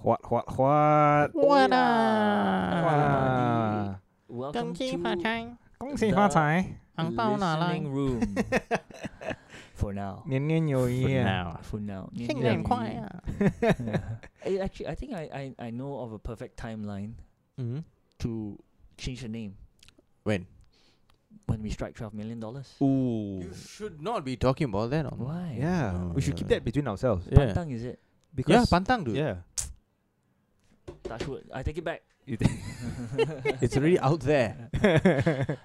What, what, what? What Ah. Welcome 恭 to 喜发财，恭喜发财，红包拿来。 listening room. For now. 年年有余 For 耶！ now. For now. 新年快啊！ Eh, Actually, I think I, I, I know of a perfect timeline 嗯 to change the name Mm-hmm. When? when we strike $12 million. Why? Ooh. You should not be talking about that. On ，Yeah, we should keep that between ourselves. Yeah. Pantang is it? Yeah, Because pantang, dude. yeah, Touch wood. I take it back. It's already out there. Uh,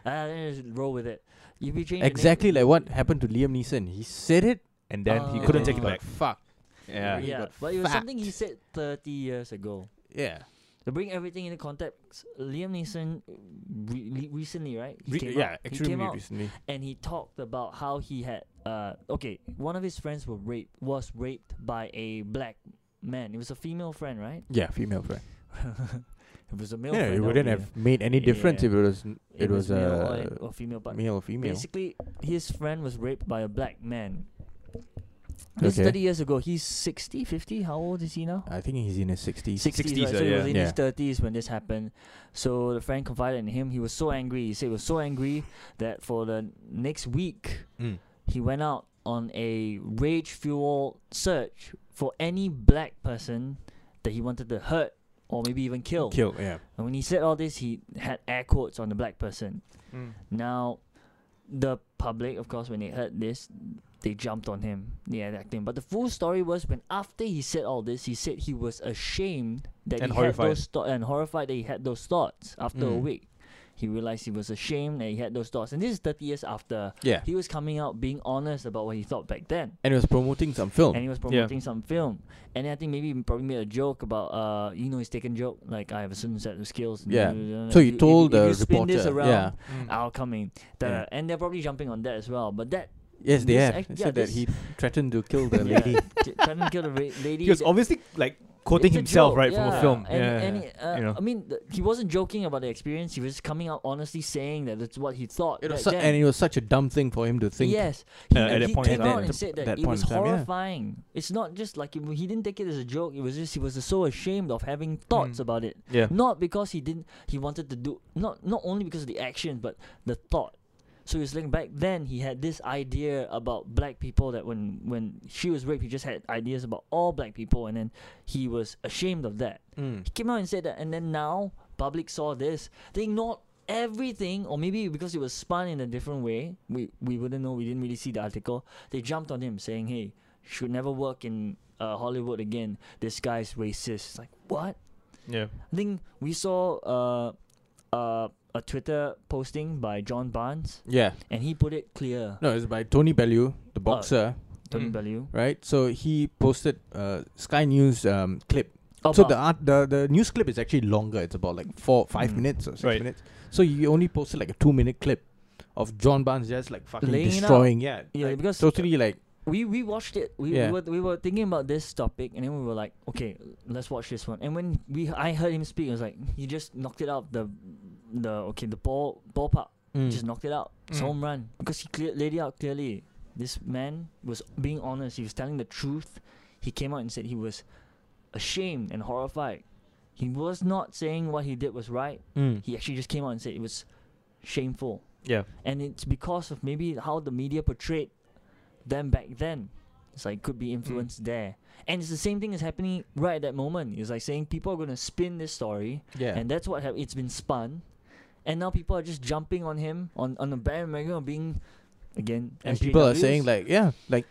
then just roll with it. If you change the name- exactly like what happened to Liam Neeson. He said it and then he Ah. couldn't Yeah. take it got back. Oh. Fuck. Yeah. He Yeah, got but it was fat. something he said 30 years ago. Yeah. To bring everything into context, Liam Neeson uh, re- re- recently, right? He Re- came yeah, out- he came extremely out recently. and he talked about how he had uh okay, one of his friends were raped was raped by a black man. It was a female friend, right? Yeah, female friend. if it was a male Yeah, it friend, that would wouldn't be have made any difference Yeah. if it was n- a- it was male or- uh, or, female, but male or female. basically his friend was raped by a black man. This is Okay. 30 years ago. He's 60, 50. How old is he now? I think he's in his sixties. 60s, 60s, right? uh, so he was yeah. in his Yeah. 30s when this happened. So the friend confided in him. He was so angry. He said he was so angry that for the next week, Mm. he went out on a rage fuel search for any black person that he wanted to hurt or maybe even kill. Kill, yeah. And when he said all this, he had air quotes on the black person. mm, Now, the public, of course, when they heard this, they jumped on him. They attacked him. But the full story was when after he said all this, he said he was ashamed that And he horrified. had those thoughts and horrified that he had those thoughts after a Mm. week. He realized he was ashamed that he had those thoughts. And this is 30 years after. Yeah. He was coming out being honest about what he thought back then And he was promoting some film. and he was promoting some film. And then I think maybe he probably made a joke about uh you know his taken joke like I have a certain set of skills. Yeah. If So he if told if the you spin this reporter, around, yeah. Mm. I'll come in. Da- Yeah. And they're probably jumping on that as well. But that yes, they this have. act- They yeah, said that this- he threatened to kill the yeah, lady. t- trying to kill the ra- lady. He was that- obviously like quoting it's a himself joke, right yeah. from a film. And, yeah, and yeah. it- uh, you know. I mean, th- he wasn't joking about the experience. He was coming out honestly saying that that's what he thought. It was su- back then. and it was such a dumb thing for him to think. Yes, Uh, at and that point in came out time. and said that, That it point was in time, yeah. horrifying. It's not just like it, he didn't take it as a joke. It was just he was so ashamed of having thoughts Mm. about it. yeah. Not because he didn't he wanted to do not not only because of the action but the thought. So he's like back then he had this idea about black people that when when she was raped he just had ideas about all black people and then he was ashamed of that. Mm. He came out and said that and then now public saw this they ignored everything or maybe because it was spun in a different way we we wouldn't know we didn't really see the article they jumped on him saying hey should never work in uh, hollywood again this guy's racist it's like what Yeah. I think we saw uh, uh, a Twitter posting by John Barnes, Yeah. and he put it clear. No, it's by Tony Bellew, Oh. the boxer, Tony Mm. Bellew. right? So he posted uh, Sky News um, clip. Oh, so but- the art, the the news clip is actually longer. It's about like four, five Mm. minutes or six Right. minutes. So you only posted like a two minute clip of John Barnes just like fucking Laying it out. destroying. Yeah, Yeah, like, because- totally like we we watched it. We, Yeah. we were we were thinking about this topic, and then we were like, okay, let's watch this one. And when we I heard him speak, I was like, he just knocked it out the the okay the ball ballpark. mm, Just knocked it out. It's Mm. home run because he clear, laid it out clearly. This man was being honest. He was telling the truth. He came out and said he was ashamed and horrified. He was not saying what he did was right. mm. He actually just came out and said it was shameful, Yeah. and it's because of maybe how the media portrayed them back then. It's like could be influenced there, and it's the same thing is happening right at that moment. It's like saying people are gonna spin this story, yeah. and that's what hap it's been spun, and now people are just jumping on him on on the bandwagon of being again. and people are SJWs, saying like yeah, like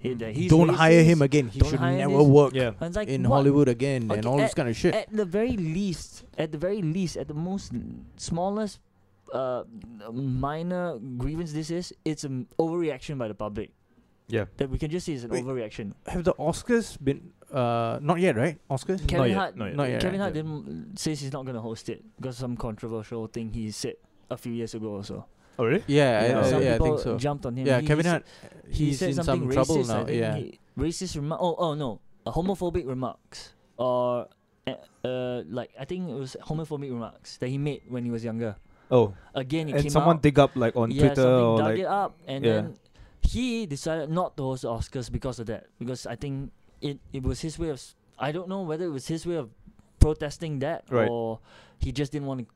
he- that he's don't hire racist. him again. He don't should hire never this- work Yeah. And it's like, in what- Hollywood again and Okay, eh, all at- this kind of shit. At the very least, at the very least, at the most smallest uh, minor grievance this is, it's an overreaction by the public. Yeah. That we can just say it's an Wait. overreaction. Have the Oscars been uh not yet right? Oscars Kevin yet, Hart, not yet. Not yet, Kevin right? Hart didn't, says he's not going to host it because of some controversial thing he said a few years ago or so. Oh really? Yeah, Yeah. I, some I, yeah I people think so. jumped on him. Yeah, He- he Kevin said- Hart. he He's said in something some racist, trouble I now. think Yeah. he- racist remark. Oh, oh no, uh, homophobic remarks or uh, uh, like I think it was homophobic remarks that he made when he was younger. Oh, Again, it came and someone out. dig up like on yeah, Twitter something or dug like it up, and yeah. then he decided not to host the Oscars because of that. Because I think it it was his way of. s- I don't know whether it was his way of protesting that, Right. or he just didn't want to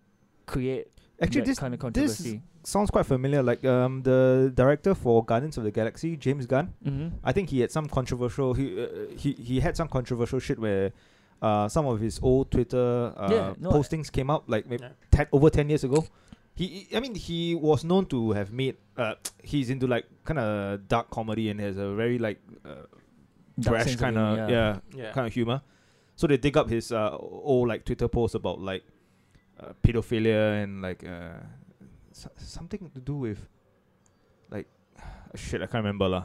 create Actually, that this kind this of controversy. sounds quite familiar. Like um, the director for Guardians of the Galaxy, James Gunn. mm-hmm. I think he had some controversial. He uh, he he had some controversial shit where. Uh, some of his old Twitter uh, Yeah, no, I- postings came out like maybe Yeah. ten, over ten years ago. He, he- I mean, he was known to have made. Uh, he's into like kind of dark comedy and has a very like uh, brash kind of yeah Yeah. kind of humor. So they dig up his uh, old like Twitter posts about like uh, pedophilia and like uh, so- something to do with like shit. I can't remember lah.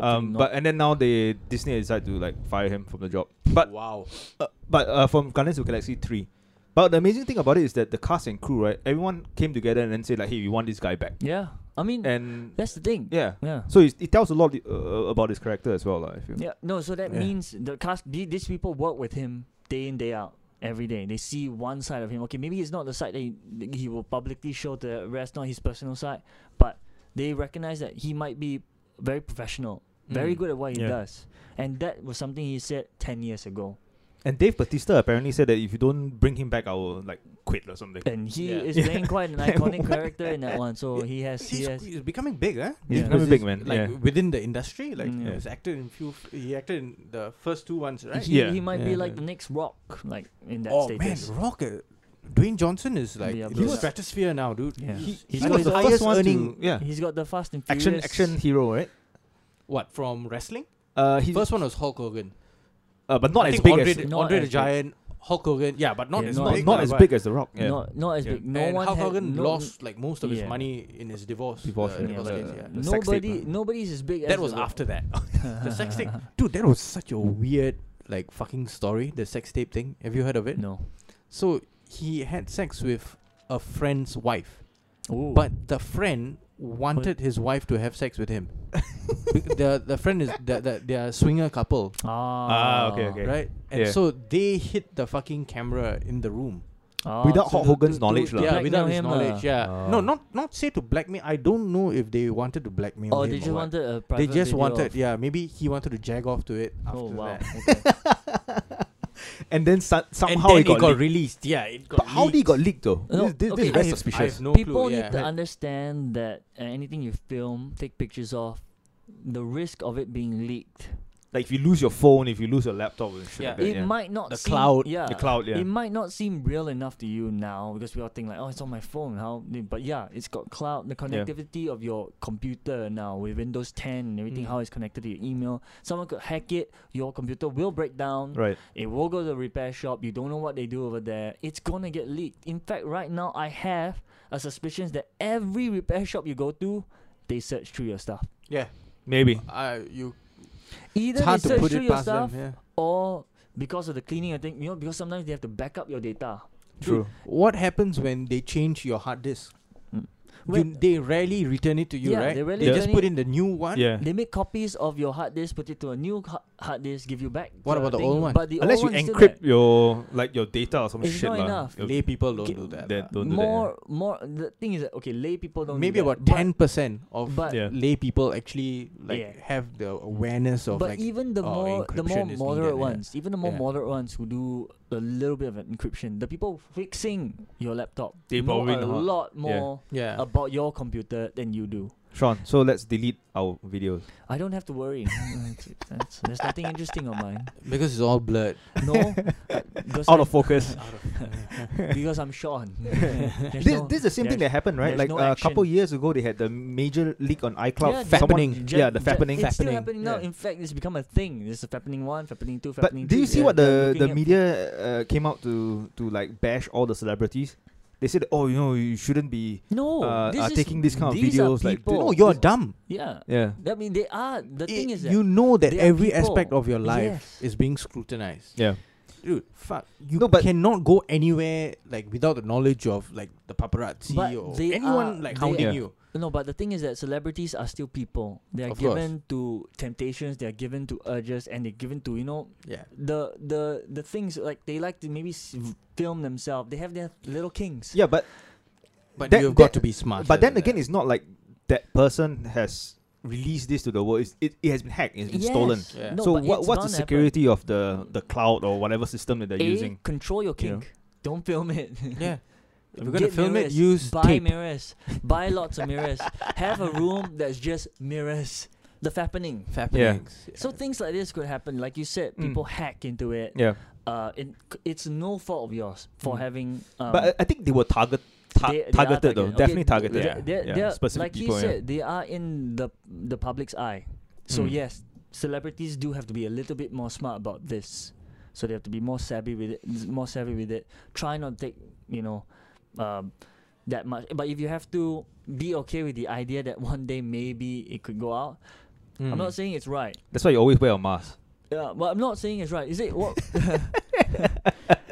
Um, but and then now they Disney decide to like fire him from the job. But wow. uh, but uh, from Guardians of the Galaxy three. But the amazing thing about it is that the cast and crew, right? Everyone came together and then said like, "Hey, we want this guy back." yeah, I mean And that's the thing. yeah, yeah. so it, it tells a lot uh, about his character as well, lah, I feel. Yeah, no, so that Yeah. means the cast, the- these people work with him day in, day out, every day. They see one side of him. Okay, maybe it's not the side that he, that he will publicly show to the rest, not his personal side, but they recognize that he might be very professional, very Mm. good at what he Yeah. does. And that was something he said 10 years ago. And Dave Batista apparently said that if you don't bring him back, I will like quit or something. And he Yeah. is Yeah. playing quite an Like, iconic what? character in that one. So he has, he He's, has. he's becoming big, eh? He's Yeah. becoming Because big, man. he's, Like yeah. within the industry, like Mm. Yeah. he's acted in few. f- He acted in the first two ones, right? He, Yeah. he might be Yeah. like the next rock, like in that oh status. man, Rock. uh, Dwayne Johnson is like Yeah, in bro. the stratosphere now, dude. Yeah. He, He's he one was of the the highest highest earning, yeah, He's got the Fast and Furious. action action hero, right? What from wrestling? Uh, he First one was Hulk Hogan. uh, but I not as think big Andre, as the- Not Andre as the big. Giant, Hulk Hogan. Yeah, but not Yeah, as not- not, big. not lah, as but- big as the Rock. Yeah. Not, not as Yeah. big. No and one Hulk had- Hogan no- lost like most of his Yeah. money in his divorce. Divorce, uh, yeah. divorce Yeah. case, yeah. The sex tape, Nobody, man. nobody's as big as That was the- after that. the sex tape, dude. That was such a weird like fucking story. The sex tape thing. Have you heard of it? No. So he had sex with a friend's wife, Ooh. but the friend wanted his wife to have sex with him. Be- the the friend is the, the they are swinger couple, ah, okay, okay. right? And Yeah. so they hit the fucking camera in the room. Ah, Without so Hulk the- Hogan's the- knowledge the- lah. Yeah, blackmail without his him uh, knowledge. lah. Yeah, no, Oh. not not say to blackmail. I don't know if they wanted to blackmail Oh, him. they or just what. wanted a They private just video wanted, of- yeah. Maybe he wanted to jag off to it. After Oh wow. That. okay. and then so- somehow and then it got, leaked. released. Yeah, it But got how did it got leaked though? this No, this, this okay. is very I have- I suspicious. have no People clue. need Yeah. to understand that uh, anything you film, take pictures of, the risk of it being leaked. Like if you lose your phone, if you lose your laptop and shit like Yeah. that, it yeah. might not The seem, cloud. yeah, the cloud, yeah. It might not seem real enough to you now because we all think like, oh, it's on my phone. How? But yeah, it's got cloud, the Yeah. connectivity of your computer now with Windows 10 and everything. Mm. How it's connected to your email. Someone could hack it. Your computer will break down. right. It will go to the repair shop. You don't know what they do over there. It's gonna get leaked. In fact, right now I have a suspicion that every repair shop you go to, they search through your stuff. Yeah, Maybe. I you. Either It's hard they to search put through it your past stuff, them. Yeah. or because of the cleaning, I think you know because sometimes they have to back up your data. True. What happens when they change your hard disk? When- you, they rarely return it to you, Yeah, right? they rarely just return put it. in the new one. Yeah. They make copies of your hard disk, put it to a new ha- hard disk, give you back. What about the thing, old one? But the Unless you old one's still encrypt there. your like your data or some It's shit not lah. enough. Your- Lay people don't K- do that. that lah. don't do that, yeah. more, more. The thing is that okay, lay people don't. do Maybe that, about but- ten percent of But Yeah. lay people actually like Yeah. have the awareness of like but even the oh, more the more encryption is moderate needed, yeah. ones, even the more Yeah. moderate ones who do a little bit of encryption, the people fixing your laptop They know probably a know how- lot yeah. more yeah. about your computer than you do. Sean, so let's delete our videos. I don't have to worry. That's- that's- there's nothing interesting on mine. because it's all blurred. No, uh, because Out I- of focus. because I'm Sean. There's This, no- this is the same thing that happened, right? Like there's uh, no a couple action. years ago, they had the major leak on Yeah, iCloud. the- Someone- Fappening. Ju- Yeah, the ju- fappening. It's still Fappening, happening now. yeah. In fact, it's become a thing. There's a fappening one, fappening two, But fappening do you three. see Yeah, what they're the looking the at- media uh, came out to to like bash all the celebrities? They said, "Oh, you know, you shouldn't be." No, uh, this are is- taking these kind of these are videos, like, people- no, you're Oh, this- dumb. Yeah, Yeah, I mean they are. The thing It- is that you know that they are every people. aspect of your life is Yes. being scrutinized. yeah. Dude, fuck. You No, but- cannot go anywhere like without the knowledge of like the paparazzi But or they anyone are- like they hounding are- you. No, but the thing is that celebrities are still people. They are Of course. given to temptations, they are given to urges, and they're given to you know Yeah. the the the things like they like to maybe s- film themselves. They have their little kings. Yeah, but But That- you've got that- to be smart. but then again, it's not like that person has release this to the world. It's, it, it has been hacked. It's been stolen. Yes. Yeah. No, so but what, it's what's the not Apple. security of the the cloud or whatever system that they're A, using? control your you know? kink. Don't film it. Yeah. If you're Get gonna film it, mirrors. use buy tape. mirrors. buy lots of mirrors. Have a room that's just mirrors. The fappening. Fappenings. So things like this could happen. Like you said, Mm. people hack into it. Yeah, Uh, it, it's no fault of yours for Mm. having. Um, but I, I think they were target ta- they- they are targeted though. targeted. Okay, Definitely targeted. Yeah. They're, they're, yeah. they're- Specific like people. you yeah. said, they are in the the public's eye. So Mm. yes, celebrities do have to be a little bit more smart about this. So they have to be more savvy with it. More savvy with it. Try not to take you know um, that much. But if you have to be okay with the idea that one day maybe it could go out, I'm Mm. not saying it's right. That's why you always wear a mask. Yeah, but I'm not saying it's right. Is it what?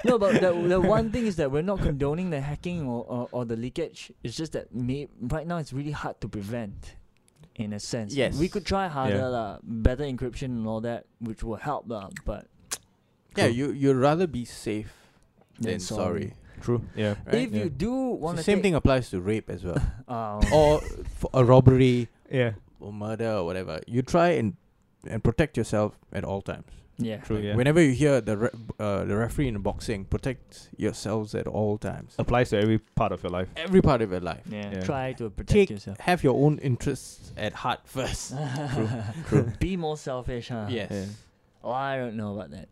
no, but the, the one thing is that we're not condoning the hacking or, or, or the leakage. It's just that may, right now it's really hard to prevent, in a sense. Yes. We could try harder, Yeah. lah, better encryption and all that, which will help, lah, but Yeah, you you'd rather be safe then than sorry. sorry. True. Yeah. Right? If Yeah. you do want to. Same thing Oh. applies to rape as well, Um, or for a robbery Yeah. or murder or whatever. You try and and protect yourself at all times. yeah. True. Like, Yeah. Whenever you hear the re- uh, the referee in boxing, protect yourselves at all times. applies to every part of your life. Every part of your life. yeah. Yeah. Try to protect Take- yourself. Have your own interests at heart first. True. Be more selfish, huh? yes. Ah, Yeah. Oh, I don't know about that.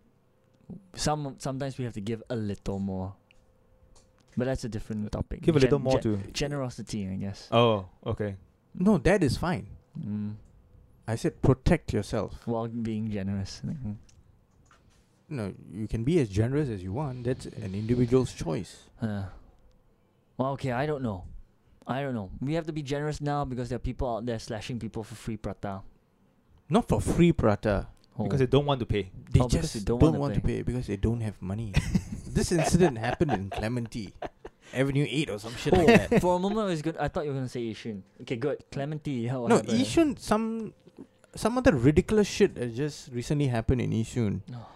Some sometimes we have to give a little more, but that's a different topic. Give a little Gen- more gen- to. generosity, I guess. Oh, okay. No, that is fine. Mm, I said protect yourself. while being generous. Mhm. No, you can be as generous as you want. That's an individual's choice. Uh, well, okay, I don't know. I don't know. We have to be generous now because there are people out there slashing people for free prata. Not for free prata. Oh, Because they don't want to pay. They Oh, because just they don't don't, wanna want to pay because they don't have money. this incident happened in Clementi Avenue 8 or some shit Oh, like that. for a moment, I was good. I thought you were gonna say Ishun. Okay, good. Clementi. How No, happened? Ishun, some some other ridiculous shit that just recently happened in Ishun. No.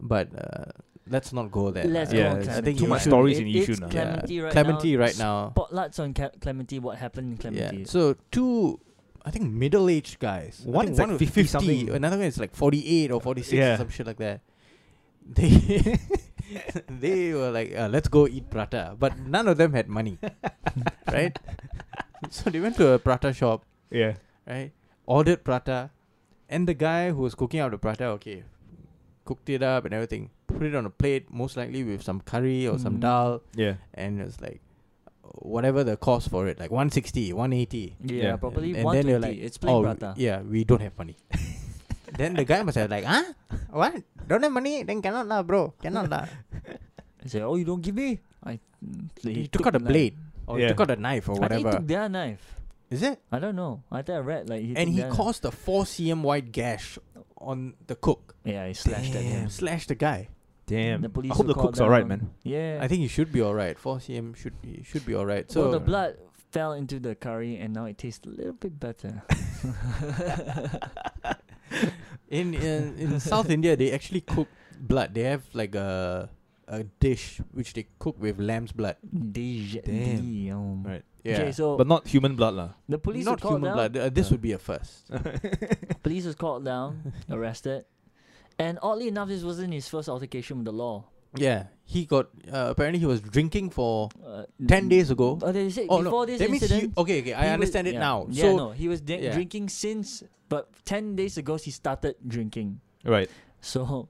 But uh, let's not go there. Let's Uh, Yeah, go. on it's- I Clementi. think Too you much should- stories in It- Ishun It's now. Yeah. Clementi right Clementi now. right now. Spotlights on Cle- Clementi. What happened in Clementi? Yeah. So two, I think middle-aged guys. I One think is like was 50 something. Another one is like forty-eight or forty-six Yeah. or some shit like that. They they were like, uh, let's go eat prata, but none of them had money, right? So they went to a prata shop, Yeah. right? Ordered prata, and the guy who was cooking up the prata, okay, cooked it up and everything, put it on a plate, most likely with some curry or some Mm. dal, Yeah. and it's like uh, whatever the cost for it, like 160, 180. Yeah, Yeah. probably And- and one then twenty. they're like, it's plain oh, prata. Yeah, we don't have money. then the guy must have like, huh? What? Don't have money? Then cannot lah, bro. Cannot lah. I say, oh, you don't give me. I. They he took out a the knife. blade or Yeah. took out a knife or I think he whatever. took their knife. Is it? I don't know. I think I read like he. and took he their knife. caused a 4 cm wide gash on the cook. Yeah, he slashed at him. Damn, Slashed the guy. Damn. The police I hope were the called cook's alright, man. down. Yeah. I think he should be alright. 4 cm should he should be alright. So well, the blood fell into the curry, and now it tastes a little bit better. in in, in South India they actually cook blood. They have like a a dish which they cook with lamb's blood. Deja- Damn. Damn. Right. Yeah. Okay, so But not human blood, lah. the police were not called human down. blood. Uh, Uh. this would be a first. Police was called down, arrested, and oddly enough, this wasn't his first altercation with the law. Yeah, he got. Uh, apparently, he was drinking for Uh, ten n- days ago. Oh, they say Oh before no, this that means incident. he. Okay, okay, I He was- understand it yeah. now. Yeah, so no, he was di- yeah. drinking since, but ten days ago he started drinking. right. So,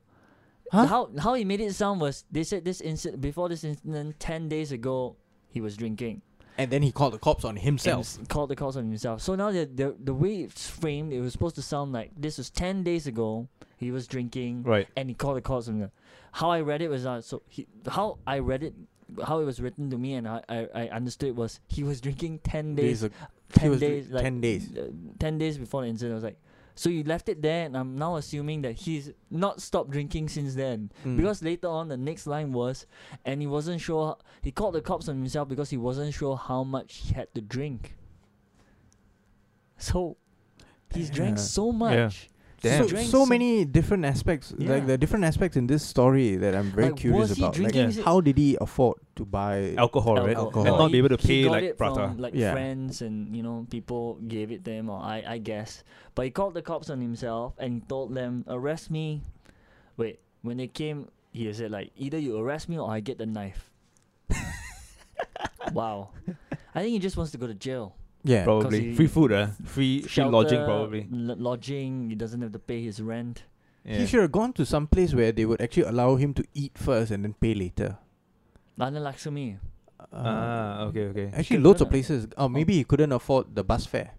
Huh? how how he made it sound was they said this incident before this incident ten days ago he was drinking. and then he called the cops on and himself. s- called the calls on himself. So now the the the way it's framed, it was supposed to sound like this was ten days ago he was drinking Right. and he called the calls on himself. How I read it was uh, so he how I read it. How it was written to me and I, I, I understood was he was drinking ten days Days ag- he 10 was days dr- like, 10 days. uh, 10 days before the incident I was like so you left it there and I'm now assuming that he's not stopped drinking since then Mm. because later on the next line was and he wasn't sure he called the cops on himself because he wasn't sure how much he had to drink so he's drank Yeah. so much Damn. So, drank so some- many different aspects, Yeah. like the different aspects in this story that I'm very Like, curious was he about. Like, drinking Yeah. it- how did he afford to buy? alcohol, right? Alcohol. And not be able to He- he pay got like it prata. From, like Yeah. friends and you know people gave it them, or I I guess. But he called the cops on himself and told them arrest me. Wait, when they came, he said like either you arrest me or I get the knife. wow, I think he just wants to go to jail. yeah, probably he- free food, uh, free free lodging, Shelter, probably. lo- lodging. He doesn't have to pay his rent. Yeah. he should have gone to some place where they would actually allow him to eat first and then pay later. Anna Lakshmi. Uh, ah, okay, okay. Actually, Should've loads done of it. places. Oh, maybe he couldn't afford the bus fare.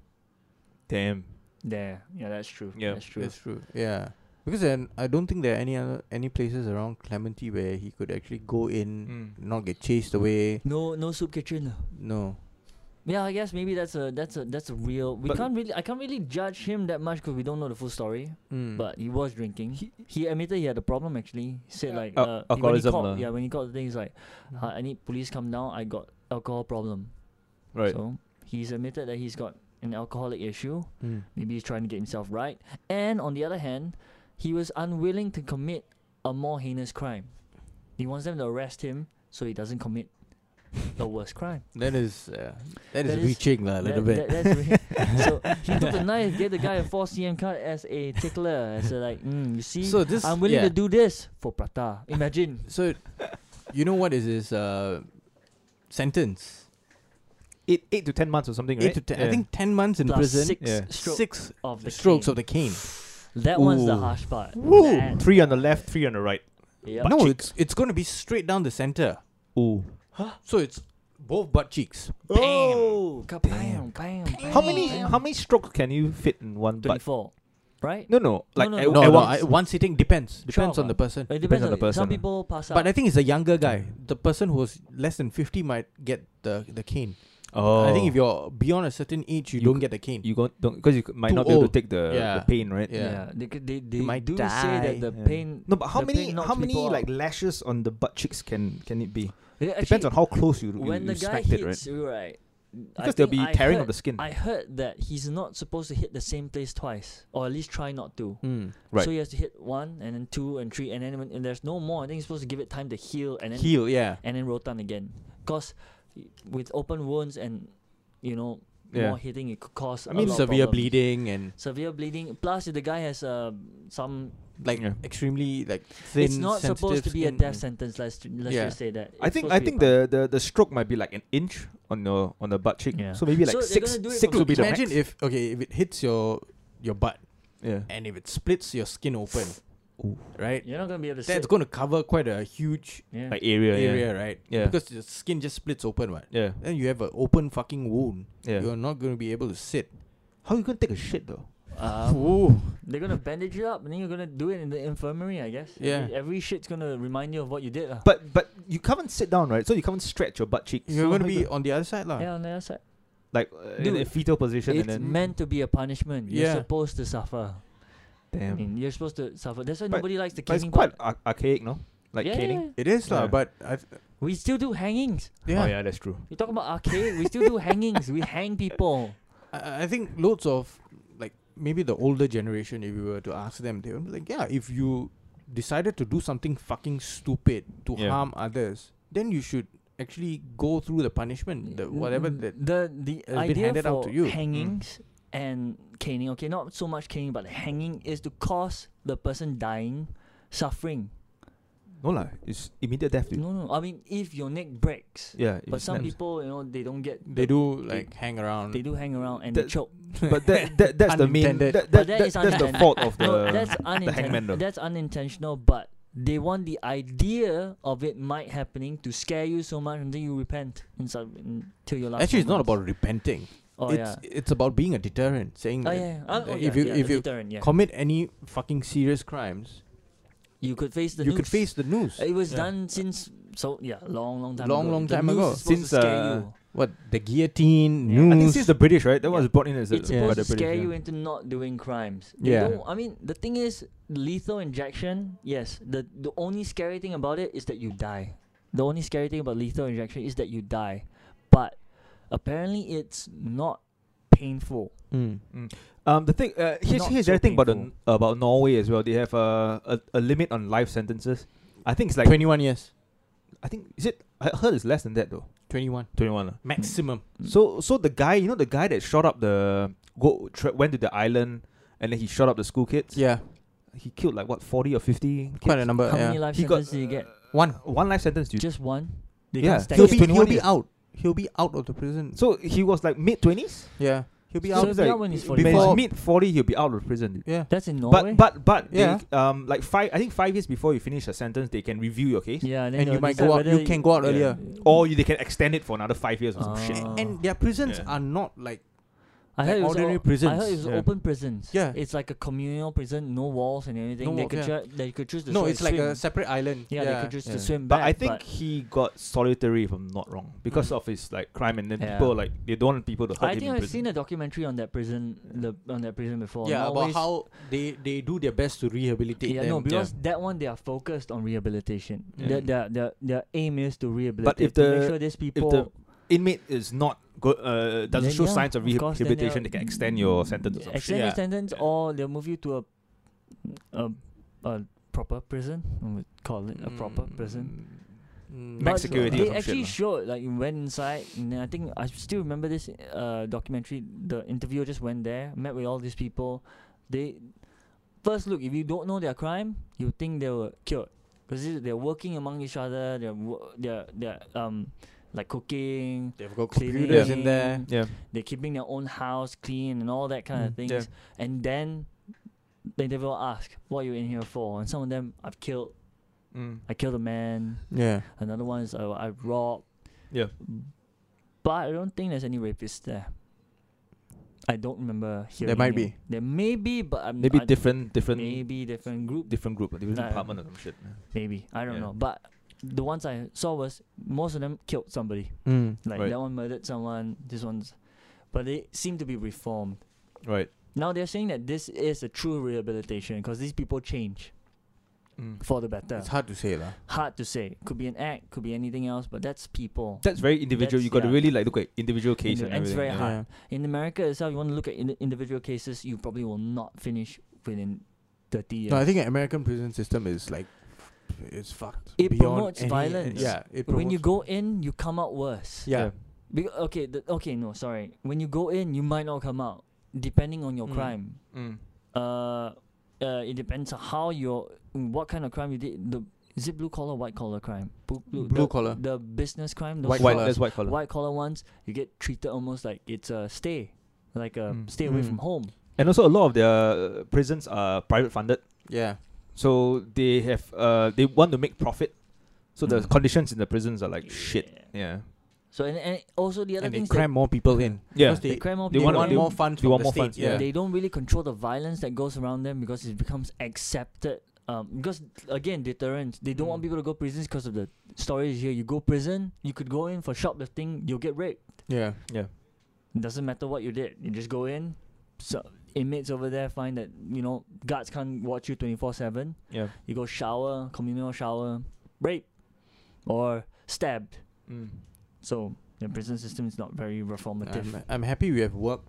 Damn. There. Yeah, that's true. Yeah, that's true. That's true. Yeah, because then I don't think there are any other any places around Clementi where he could actually go in, Mm. not get chased away. No, no soup kitchen. No. Yeah, I guess maybe that's a that's a that's a real. We But- can't really I can't really judge him that much because we don't know the full story. Mm. But he was drinking. He, admitted he had a problem actually. He said like Al- uh, he- when he alcoholism called, lah. Yeah, when he called the thing, he's like, Mhm. uh, I need police come down. I got alcohol problem. Right. So he's admitted that he's got an alcoholic issue. Mm. Maybe he's trying to get himself right. And on the other hand, he was unwilling to commit a more heinous crime. He wants them to arrest him so he doesn't commit the worst crime. That is uh, that is That is- reaching lah a little bit. That- that- that's re- so he took the knife, gave the guy a 4 cm cut as a tickler. As a like, mm, you see, so this I'm willing yeah. to do this for prata. Imagine. So, you know what is his uh, sentence? Eight eight to ten months or something, right? Eight to ten. I Yeah. think ten months in plus prison. six Yeah. stroke six of the strokes cane. of the cane. That one's the Ooh. harsh part. Woo! That- Three on the left, three on the right. Yep. no, cheek. it's it's going to be straight down the center. Ooh. So it's both butt cheeks. Oh, ka- bam, bam, bam, How many bam. how many strokes can you fit in one butt? 24, right? No, no. Like no, at- no. No, at no, one- I, one sitting depends. Depends Twelve, on ah. the person. It Depends depends on on the person, Some ah. people pass out. But I think it's a younger guy. The person who was less than fifty might get the the cane. oh. I think if you're beyond a certain age, you, You don't c- get the cane. you go don't because you c- might Too not be able old. to take the, Yeah. the pain, right? Yeah. they c- they, they might do say die. that the Yeah. pain. No, but how the many pain knocks how many people out. like lashes on the butt cheeks can can it be? Yeah, Depends actually, on how close you, you, when you the guy smacked it, right? hits you right. I Because there'll think be I tearing heard, of the skin. I heard that he's not supposed to hit the same place twice, or at least try not to. Mm. Right. So he has to hit one, and then two, and three, and then when and there's no more, I think he's supposed to give it time to heal, and then Heal, yeah. and then rotan again. Cause y- with open wounds and you know Yeah. more hitting, it could cause. I a mean, lot of severe problems. bleeding and Severe bleeding. Plus, if the guy has uh, some like Yeah. extremely like thin. it's not supposed sensitive to be a skin. death sentence. Let's ju- let's Yeah. just say that. I It's think I supposed to be think a the, the the stroke might be like an inch on your on the butt cheek. Yeah. So maybe like So they're six gonna do it six from- would be the Imagine max. if okay, if it hits your your butt yeah. and if it splits your skin open, Ooh. right? punch. You're not gonna be able to. That's sit. going to cover quite a huge Yeah. Like area, area, right? Yeah. Because the skin just splits open, right? yeah. Then you have an open fucking wound. Yeah. Yeah. You're not going to be able to sit. How you gonna take a shit though? Um, Ooh. they're gonna bandage you up, and then you're gonna do it in the infirmary, I guess. Yeah. Every, every shit's gonna remind you of what you did. lah. But but you can't sit down, right? So you can't stretch your butt cheeks. You're So going how to you be gonna- on the other side, lah. yeah, on the other side, like uh, in Dude, a fetal position it's and then meant to be a punishment. Yeah. You're supposed to suffer. I damn. mean, you're supposed to suffer. That's why But- nobody likes the But it's caning quite part. ar- archaic, no? Like yeah, caning. yeah. It is, lah. Yeah. But I th- We still do hangings. yeah, Oh yeah, that's true. You talk about arcade. we still do hangings. We hang people. I, I think loads of like maybe the older generation, if you were to ask them, they would be like, yeah, if you decided to do something fucking stupid to Yeah. harm others, then you should actually go through the punishment, the whatever Mm, that. the the has been idea handed out for to you. Mm. hangings and caning. Okay, not so much caning, but hanging is to cause the person dying, suffering. No lah, it's immediate death. Dude. No, no. I mean, if your neck breaks, Yeah, if but it some snaps. people, you know, they don't get. They the- do like hang around. They do hang around and That- they choke. But that, that that's the main. That, Unintended. that, But that that- is that's the fault of the. no, that's the hangman though. unintentional. That's unintentional, but they want the idea of it might happening to scare you so much until you repent in some, until your last. Actually, it's not about moments. repenting. Oh it's yeah. it's about being a deterrent, saying Oh that yeah. Uh, oh, that yeah, if you yeah, if the you deterrent, yeah. commit any fucking serious crimes, you could face the you could noose. face the noose. It was Yeah. done since so yeah, long, long time Long, ago. long The time noose ago. is supposed Since, to scare uh, you. what the guillotine, Yeah. noose. I think since the British, right? That Yeah. was brought in as a, it's by supposed the to British. scare yeah. you into not doing crimes. They Yeah. don't- I mean, the thing is, lethal injection. Yes, the the only scary thing about it is that you die. The only scary thing about lethal injection is that you die, but apparently it's not painful. Mm. Um, the thing uh, here's, Not here's so the other thing about the, painful. N- about Norway as well. They have uh, a a limit on life sentences. I think it's like 21 years. I think is it I heard it's less than that though. 21. Twenty one. Maximum. Mm. So so the guy you know the guy that shot up the go tra- went to the island and then he shot up the school kids. Yeah. He killed like what forty or fifty. Kids? Quite a number. How many Uh, Yeah. uh, life He got, sentences did you get? One. One life sentence, dude. Just one. They Yeah. can't stack He'll He'll it. be- be, he'll be he'll be out. He'll be out of the prison. So he was like mid twenties. yeah. He'll be So out. it's not when he's 40. Before- mid forty, he'll be out of prison, dude. yeah. That's in Norway. But but but Yeah. they, um like five I think five years before you finish a sentence they can review your case yeah, then And they'll you might decide go out. whether You can go out yeah. earlier. or you, they can extend it for another five years or some Ah. shit. A- And their prisons Yeah. are not like I heard like it was ordinary o- I heard prisons. it was Yeah. open prisons. Yeah. it's like a communal prison, no walls and anything. No they wall- could yeah. ju- they could choose to no. swi- It's like swim. a separate island. yeah, they could choose Yeah. to swim But back. I think but Hmm. he got solitary, if I'm not wrong, because Mm. of his like crime, and then Yeah. people like they don't want people to hurt I him. think in I've prison. seen a documentary on that prison, the on that prison before. yeah, about Norway's- how they they do their best to rehabilitate Yeah, them. no, because that one they are focused on rehabilitation. Yeah. Their, their, their, their aim is to rehabilitate. if to make the- sure these the people Inmate is not good. Uh, doesn't Then show yeah, signs of, of course, then rehabilitation. They they'll- can extend your sentence. Or some extend shit. your sentence, or they'll move you to a a, a proper prison. I would call it a proper prison. Mm, Max But security or They some shit actually lah. showed like you went inside, and then I think I still remember this uh, documentary. The interviewer just went there, met with all these people. They first look if you don't know their crime, you think they were cured because they're working among each other. They're wo- they're they're um like cooking. They've got Cleaning, computers in there. Yeah. they're keeping their own house clean and all that kind of Mm, things. yeah. And then they they will ask, "What are you in here for?" And some of them, I've killed. Mm. I killed a man. Yeah. Another one is I, I robbed. Yeah. But I don't think there's any rapists there. I don't remember hearing. might it. be. There may be, but I'm Maybe I- different, different, Maybe different group. different group, different Uh, department or some shit. yeah. maybe I don't Yeah. know. But the ones I saw was most of them killed somebody. Mm. Like Right. that one murdered someone. This one's, but they seem to be reformed. Right. Now they're saying that this is a true rehabilitation because these people change Mm. for the better. It's hard to say lah. Hard to say. Could be an act, could be anything else, but that's people. That's very individual. That's- you got to yeah. really like look at individual case Indiv- and and it's everything. yeah. very hard. Yeah. In America itself, you want to look at in- individual cases, you probably will not finish within 30 years. No, I think the American prison system is like it's fucked. It beyond promotes any- violence. Yeah, it promotes when you go in, you come out worse. yeah. Be- okay, the, okay, no, sorry. When you go in, you might not come out, depending on your Mm. crime. Mm. Uh, uh, it depends on how you're, what kind of crime you did. The is it blue collar, white collar crime? Blue, Blue the- collar. The business crime. those White White. collar. That's white collar. white collar ones, you get treated almost like it's a stay, like a Mm. stay away Mm. from home. And also, a lot of their uh, prisons are private funded. Yeah. So they have uh they want to make profit. So the Mm. conditions in the prisons are like shit. Yeah. Yeah. So and, and also the other And they things cram more people in. Yeah. Because that they, they cram up they they people want, wanna- in, more funds they from want the more state. funds, yeah. yeah. they don't really control the violence that goes around them because it becomes accepted. Um, because again, deterrence. They don't want Mm. people to go prisons because of the stories here. You go prison, you could go in for shoplifting, you'll get raped. yeah. doesn't matter what you did. You just go in. So inmates over there find that you know guards can't watch you twenty four seven. Yeah. You go shower, communal shower, rape, or stabbed. Mm. So the prison system is not very reformative. I'm, I'm happy we have worked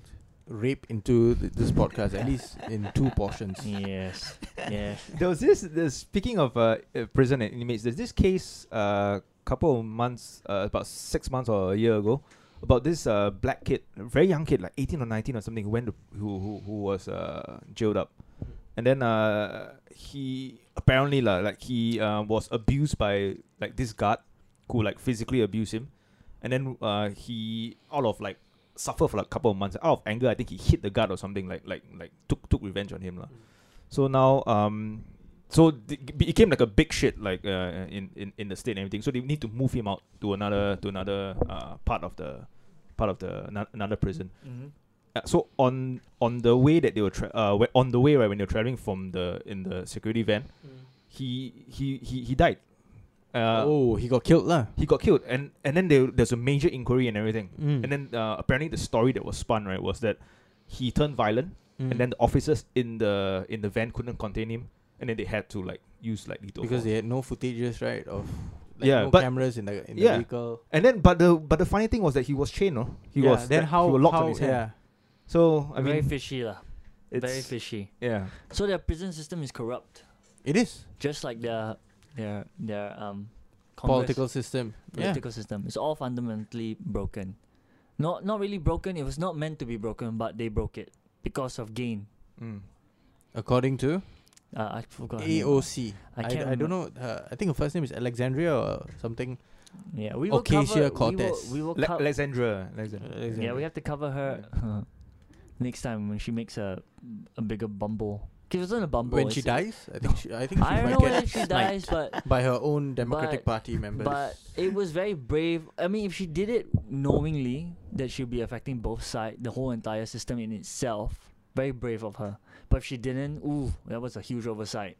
rape into th- this podcast at least in two portions. yes. yes. There was this, this speaking of uh, uh, prison and inmates, there's this case a uh, couple of months, uh, about six months or a year ago, about this uh, black kid, a very young kid, like 18 or 19 or something, who went to, who, who, who was uh, jailed up. And then uh, he apparently lah, like he uh, was abused by like this guard who like physically abused him. And then uh, he out of like suffered for like a couple of months out of anger. I think he hit the guard or something like like like took took revenge on him lah. So now um so th- it became like a big shit like uh, in, in in the state and everything. So they need to move him out to another to another uh, part of the part of the ano- another prison. Uh, so on on the way that they were tra- uh, whe- on the way right when they were traveling from the in the security van, he he he he died. Uh, oh, he got killed lah. He got killed, and and then there, there's a major inquiry and everything. Mm. And then uh, apparently the story that was spun right was that he turned violent, Hmm. and then the officers in the in the van couldn't contain him, and then they had to like use like lethal because force. they had no footages right of like Yeah, no but- cameras in the in yeah. the vehicle. and then but the but the funny thing was that he was chained, no? He yeah, was then like, how he was locked how, on his hand. yeah. So I very mean, fishy lah. It's Very fishy. Yeah. So their prison system is corrupt, It is just like their their their um Congress political system. Yeah. political system. It's all fundamentally broken. Not not really broken. It was not meant to be broken, but they broke it because of gain. Mm. According to Uh, I forgot. her name. AOC. I, I can't. I, don't know. Uh, I think her first name is Alexandria or something. remember. Yeah, we will Ocasio cover. we will- Cortez. We will, Le- co- Alexandra. Alexandra. Yeah, we have to cover her next time when she makes a a bigger bumble. 'Cause it wasn't a bumble. when she it's- dies, I think she, I think she I don't might know get whether she sniped dies, but by her own Democratic but- Party members. but it was very brave. I mean, if she did it knowingly that she'd be affecting both sides, the whole entire system in itself, very brave of her. But if she didn't, ooh, that was a huge oversight.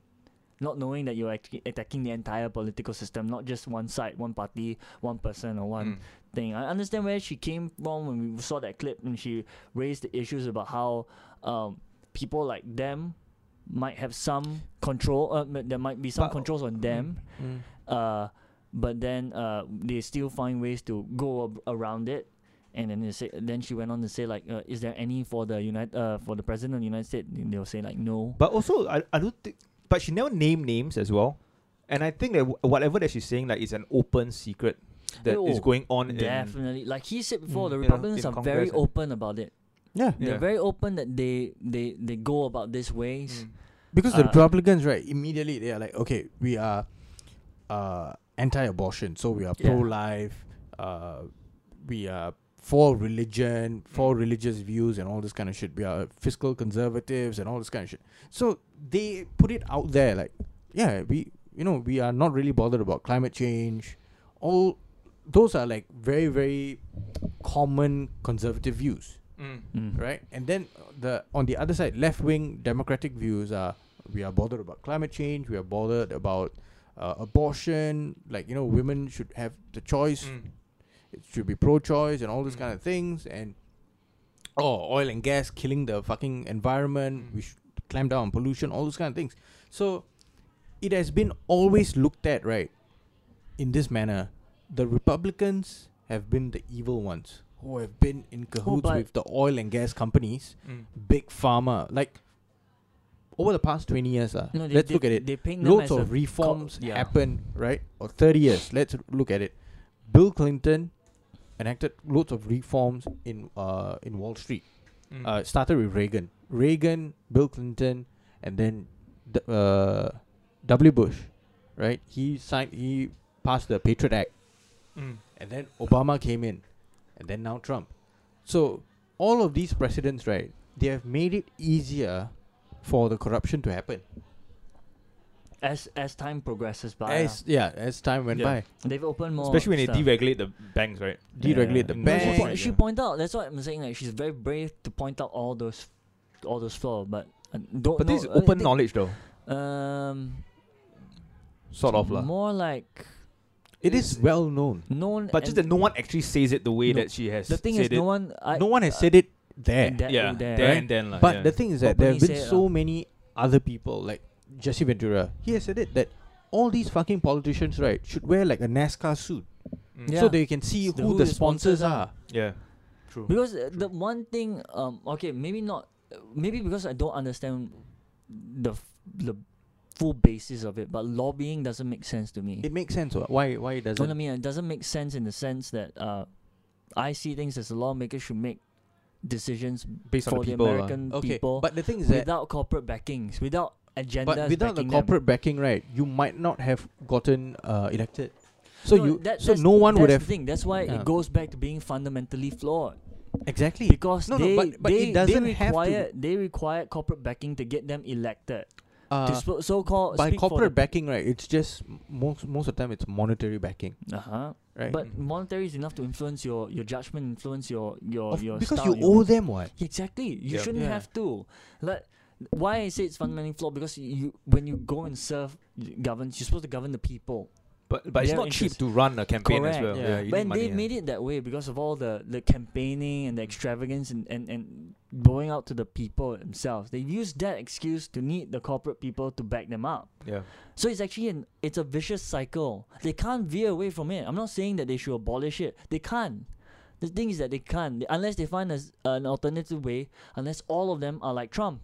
Not knowing that you're actually attacking the entire political system, not just one side, one party, one person, or one Mm. thing. I understand where she came from when we saw that clip and she raised the issues about how um, people like them might have some control, uh, m- there might be some But- controls on them, Mm. uh, but then uh, they still find ways to go ab- around it. And then they say, then she went on to say like, uh, is there any for the United uh, for the president of the United States? And They'll say like, no. But also, I, I don't think. But she never named names as well, and I think that w- whatever that she's saying, like, is an open secret that is Oh, going on. in- Definitely, like he said before, Mm, the you know, Republicans in are very Congress and- open about it. yeah, They're Yeah. very open that they they they go about this ways. Mm. because Uh, the Republicans, right, immediately they are like, okay, we are uh, anti-abortion, so we are Yeah. pro-life, uh, we are for religion, Mm. for religious views, and all this kind of shit. We are fiscal conservatives and all this kind of shit. So they put it out there, like, yeah, we, you know, we are not really bothered about climate change. All those are like very, very common conservative views Mm. Mm. right? And then uh, the on the other side, left wing democratic views are we are bothered about climate change, we are bothered about uh, abortion, like you know, women should have the choice, Mm. it should be pro choice, and all these Mm. kind of things, and oh, oil and gas killing the fucking environment, Mm. we should clamp down on pollution, all those kind of things. So it has been always looked at right in this manner. The Republicans have been the evil ones who have been in cahoots but- with the oil and gas companies Mm. big pharma. Like over the past twenty years, uh, No, they, let's they, look at it. They paint them Loads as a of reforms yeah. happened, right? Or thirty years. Let's look at it. Bill Clinton enacted loads of reforms in uh in Wall Street. Mm. Uh, it started with Reagan, Reagan, Bill Clinton, and then d- uh W. Bush, right? He signed. He passed the Patriot Act Mm. and then Obama came in, and then now Trump. So all of these presidents, right? They have made it easier for the corruption to happen. as as time progresses by. yeah. As yeah, as time went Yeah. by, They've opened more, Especially when they stuff. deregulate the banks, right? deregulate the In those Bang. She, bank. point, she Yeah. point out. That's what I'm saying. Like she's very brave to point out all those, all those flaws. But uh, don't. But know, this is uh, open thi- knowledge, though. Um, Sort of, lah. More like It is well known. known. But just that and no one actually says it the way No, that she has. the thing said is, it. no one. I, no one has uh, said it there. in that- Yeah, in that- there right? and then, lah. but yeah. the thing is that there have Openly been said it, so uh. many other people, like Jesse Ventura. He has said it that all these fucking politicians, right, should wear like a NASCAR suit Mm. Yeah. so they can see The- who, the sponsors are. Yeah. True. Because uh, the one thing, um, okay, maybe not, uh, maybe because I don't understand the f- the full basis of it. But lobbying doesn't make sense to me. It makes sense. wha- Why? Why it No, I doesn't? mean, it doesn't make sense in the sense that uh, I see things as a lawmaker should make decisions Based on for the the, people, uh, lah. American uh, Okay, people but the thing is that without corporate backings, without agendas. but without the backing them. corporate backing, right, you might not have gotten uh, elected. So No, you, that- so that's- no one would that's the have thing. That's why Yeah. it goes back to being fundamentally flawed exactly because No, no, they but- but it they, doesn't they have to require they require corporate backing to get them elected. uh, to so called by corporate backing, right? It's just m- most most of the time it's monetary backing, Uh huh. right? But monetary is enough to influence your your judgment, influence your your Of- your because you style, your- owe them what? Exactly. You Yeah. shouldn't Yeah. have to. Like, why I say it's fundamentally flawed because you when you go and serve y- governments, you're supposed to govern the people. But but it's Their not cheap interest- to run a campaign as Correct. well. Yeah. Yeah. you need When money, they yeah. made it that way because of all the, the campaigning and the extravagance and, and, and going out to the people themselves, they used that excuse to need the corporate people to back them up. Yeah. So it's actually an it's a vicious cycle. They can't veer away from it. I'm not saying that they should abolish it. They can't. The thing is that they can't They- unless they find a s an alternative way. Unless all of them are like Trump,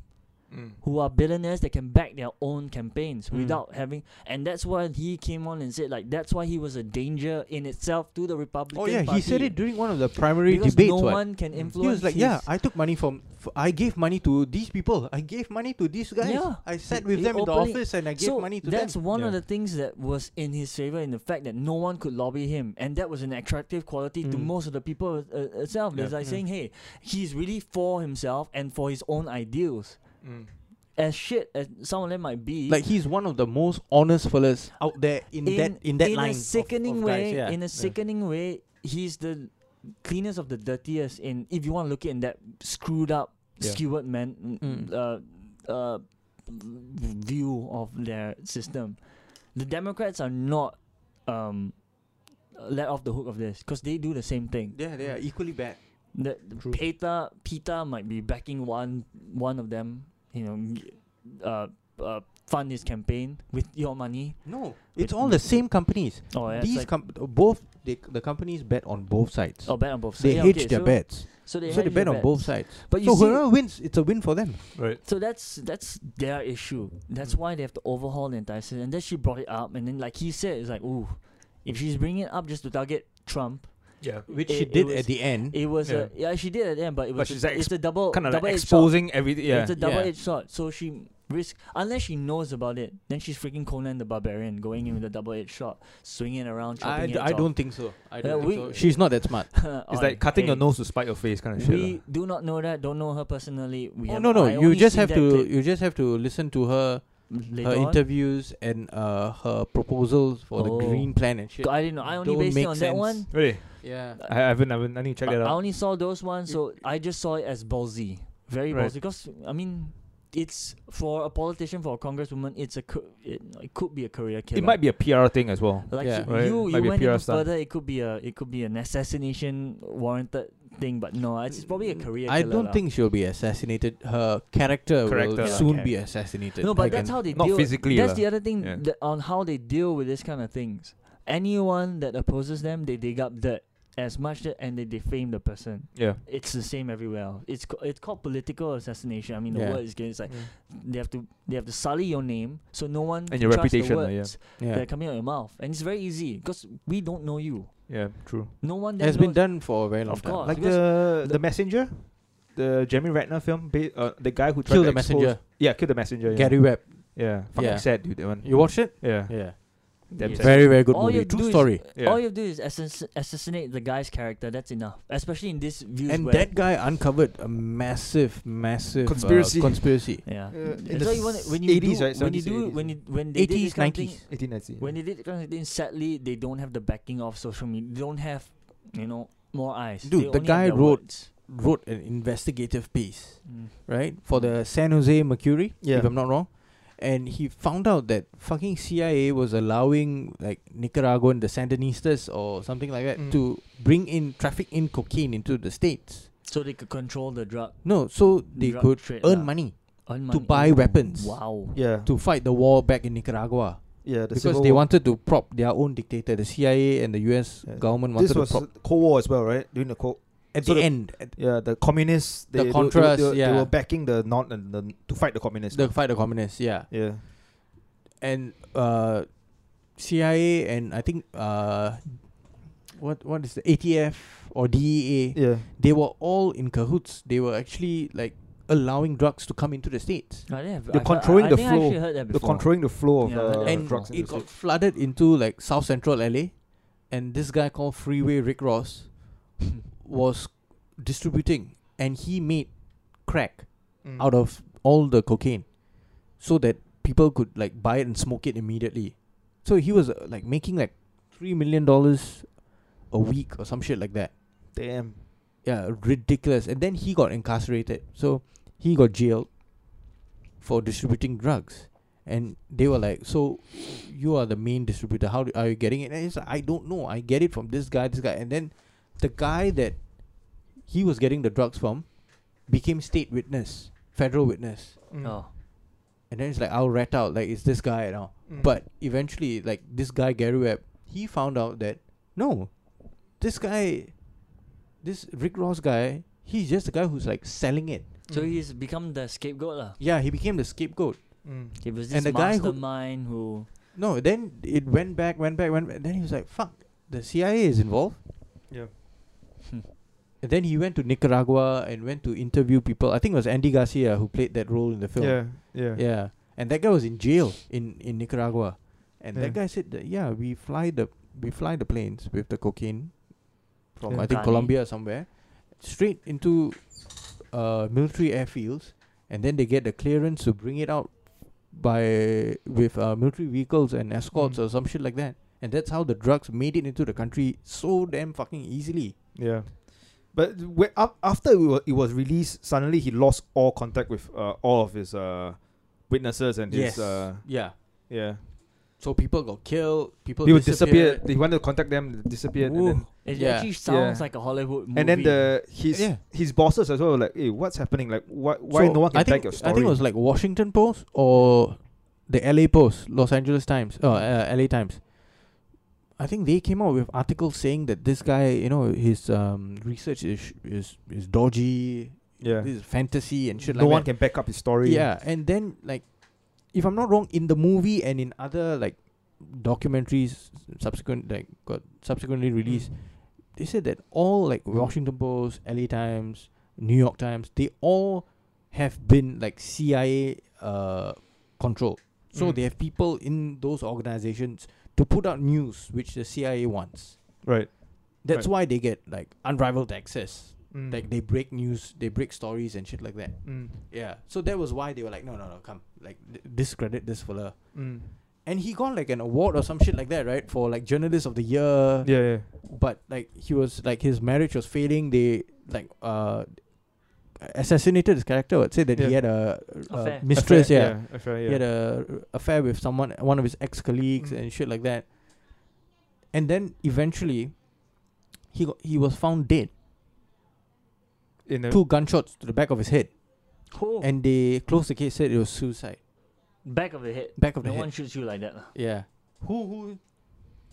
Mm. who are billionaires that can back their own campaigns Mm. without having and that's why he came on and said like that's why he was a danger in itself to the Republican Oh yeah, he said Party. it during one of the primary because debates. no what? one can He was influence He was like, "Yeah, his- I took money from. F- I gave money to these people. I gave money to these guys. Yeah. I sat He- with he them in the openly- office, and I gave so money to that's them." one of Yeah. the things that was in his favor in the fact that no one could lobby him and that was an attractive quality to Mm. most of the people uh, uh, itself it's Yeah. like Mm. saying hey he's really for himself and for his own ideals Mm. as shit as some of them might be Like he's one of the most honest fellas out there in, in, that in that line. a of- sickening of way guys, yeah. in a sickening way he's the cleanest of the dirtiest in if you want to look at it in that screwed up Yeah. skewered man Mm. uh, uh, view of their system the democrats are not um let off the hook of this because they do the same thing Yeah, they are equally bad. the True. Peta Peta might be backing one one of them you know g- uh, uh fund his campaign with your money No, it's It- all the same companies. or it's These like- com- both they, the companies bet on both sides. Oh, bet on both sides. They yeah, hedge okay, their so, bets, So they, so they hedge their bet on both bets. sides. But you so see, whoever wins, it's a win for them. Right. so that's that's their issue. That's Mm. why they have to overhaul the entire system. And then she brought it up, and then like he said, it's like, ooh, if she's bringing it up just to target Trump, Yeah. Which It- she it did was- at the end. it was Yeah. a yeah she did at the end, but it was But she's like it's a double Kind of double like edged sword. exposing everything. Yeah. It's a double Yeah. edged sword. So she risk unless she knows about it, then she's freaking Conan the Barbarian, going in with a double edged sword, swinging around. I, chopping d- I heads off. don't think so. I don't Uh, think we- so. She's not that smart. It's Oi, like cutting your hey, nose to spite your face kind of shit. We lah. do not know that. Don't know her personally. We Oh, have, no, no. I You only just seen have that to. uh, clip You just have to listen to her, later her on. interviews and uh, her proposals for the Oh. green plan and shit. I didn't know. I only Don't based it make on that sense. one. Really? Yeah. I haven't, I haven't. I need to check I, that I out. only saw those ones, so I just saw it as ballsy, very Right. ballsy. Because I mean, it's for a politician, for a congresswoman, it's a co- it, it could be a career killer. It might be a PR thing as well. Like Yeah. she- Right, you, might you be a went PR even stunt. further. It could be a, it could be an assassination warranted thing, but no, Uh, it's probably a career. I killer don't lah. think she'll be assassinated. Her character, Character. will Yeah, soon okay. be assassinated. No, I but that's can- how they Not deal. physically That's lah. the other thing Yeah. that on how they deal with this kind of things. Anyone that opposes them, they dig up dirt as much dirt, and they defame the person. Yeah. it's the same everywhere. else. It's ca- it's called political assassination. I mean, the Yeah. word is getting it's like Mm. they have to they have to sully your name so no one And your trusts reputation, The uh, words yeah. Yeah. that are coming out of your mouth, and it's very easy because we don't know you. Yeah. True. No one It there has been knows- done for a very long Of time. course. Like because the the- the messenger, the Jeremy Ratner film, ba- uh, the guy who tried Kill to the expose- messenger. Yeah, kill the messenger. Yeah. Gary Webb. Yeah. Fucking Yeah. sad, dude. That one. You watched it? Yeah. Yeah. Damn Yes. sad. Very very good All you movie. have to do True is- story. Yeah. All you have to do is assass- assassinate the guy's character. That's enough, especially in this views. And where- that guy uncovered a massive massive uh, Conspiracy. conspiracy. yeah. Uh, in That's the why you want when you 80s, do right? when you 70s, do 80s. when you when they did this Eighties, kind of thing- nineties. 1890. when they did this kind of thing, sadly they don't have the backing of social media. They don't have you know more eyes. Dude, They the only have guy their wrote- words. Wrote an investigative piece. Mm. right, for the San Jose Mercury, Yeah. if I'm not wrong. And he found out that fucking CIA was allowing like Nicaraguan, the Sandinistas or something like that, Mm. to bring in traffic in cocaine into the states. So they could control the drug. No, so they Drug could trade earn lah. money earn to money. buy Ooh, weapons. Wow. Yeah. to fight the war back in Nicaragua yeah. The because Civil they War. wanted to prop their own dictator. The CIA and the U.S. Yeah. government This wanted to was prop Cold War as well, right? During the Cold. at so the the- end at Yeah, the communists. They, The they were- Contras, They, were- they, yeah. were backing the non and the, to fight the communists. the fight the communists. Yeah, yeah. and uh, CIA and I think uh, what what is the ATF or DEA? Yeah. They were all in cahoots. They were actually like allowing drugs to come into the states, I didn't have, They're I've- controlling I, I the think I flow. actually heard that The before. controlling the flow of Yeah, uh, that- and drugs. in it the got States. flooded into like South Central LA, and this guy called Freeway Rick Ross was distributing, and he made crack Mm. out of all the cocaine so that people could like buy it and smoke it immediately so he was uh, like making like 3 million dollars a week or some shit like that damn. yeah ridiculous and then he got incarcerated so he got jailed for distributing drugs and they were like so you are the main distributor how do, are you getting it and he's like i don't know i get it from this guy this guy and then the guy that he was getting the drugs from became state witness federal witness Mm. Oh. and then it's like I'll rat out like it's this guy and all. Mm. But eventually, like this guy Gary Webb, he found out that no, this guy, this Rick Ross guy, he's just the guy who's like selling it. So Mm. he's become the scapegoat. lah. Yeah, he became the scapegoat. Mm. He was this And the guy who- mastermind who, No, then it went back, went back, went back. Then he was like, fuck, the CIA is involved. Yeah. And then he went to Nicaragua and went to interview people. I think it was Andy Garcia who played that role in the film. yeah. Yeah. Yeah. And that guy was in jail in, in Nicaragua. And that Yeah. guy said that, yeah, we fly the we fly the planes with the cocaine from Yeah. I think Ghani. Colombia or somewhere straight into uh, military airfields and then they get the clearance to bring it out by with uh, military vehicles and escorts Mm. or some shit like that. And that's how the drugs made it into the country so damn fucking easily. Yeah. But wh- up after it was, it was released, suddenly he lost all contact with uh, all of his uh, witnesses and his. Uh, yeah. yeah. So people got killed. People He would disappeared. disappear. He wanted to contact them, they disappeared. Ooh. And then, it Yeah. actually sounds Yeah. like a Hollywood movie. and then the his Yeah. his bosses as well were like, hey, what's happening? Like, why why So, no one can I back think, your I story? think it was like Washington Post or the LA Post, Los Angeles Times, uh, uh, LA Times. I think they came out with articles saying that this guy, you know, his um, research is is is dodgy, yeah. this is fantasy and shit no like one that. can back up his story. Yeah, and then like, if I'm not wrong, in the movie and in other like documentaries subsequent like got subsequently released, they said that all like Washington Post, LA Times, New York Times, they all have been like CIA uh control. So Mm. they have people in those organizations to put out news which the CIA wants. Right. That's Right. why they get like unrivaled access. Mm. Like they break news, they break stories and shit like that. Mm. Yeah. So that was why they were like, no, no, no, come, like d- discredit this fella. Mm. And he got like an award or some shit like that, right? For like journalist of the year. Yeah. Yeah. But like he was like his marriage was failing. They like uh assassinated his character. I'd say that he Yeah. had a, Affair. a mistress. Affair, yeah. affair, He had yeah. a r- affair with someone, one of his ex colleagues, Mm. and shit like that. And then eventually, he got, he was found dead. In a- Two gunshots to the back of his head, Oh, and they closed the case. Said it was suicide. back of the head. Back of No the head. one shoots you like that. lah. Yeah. Who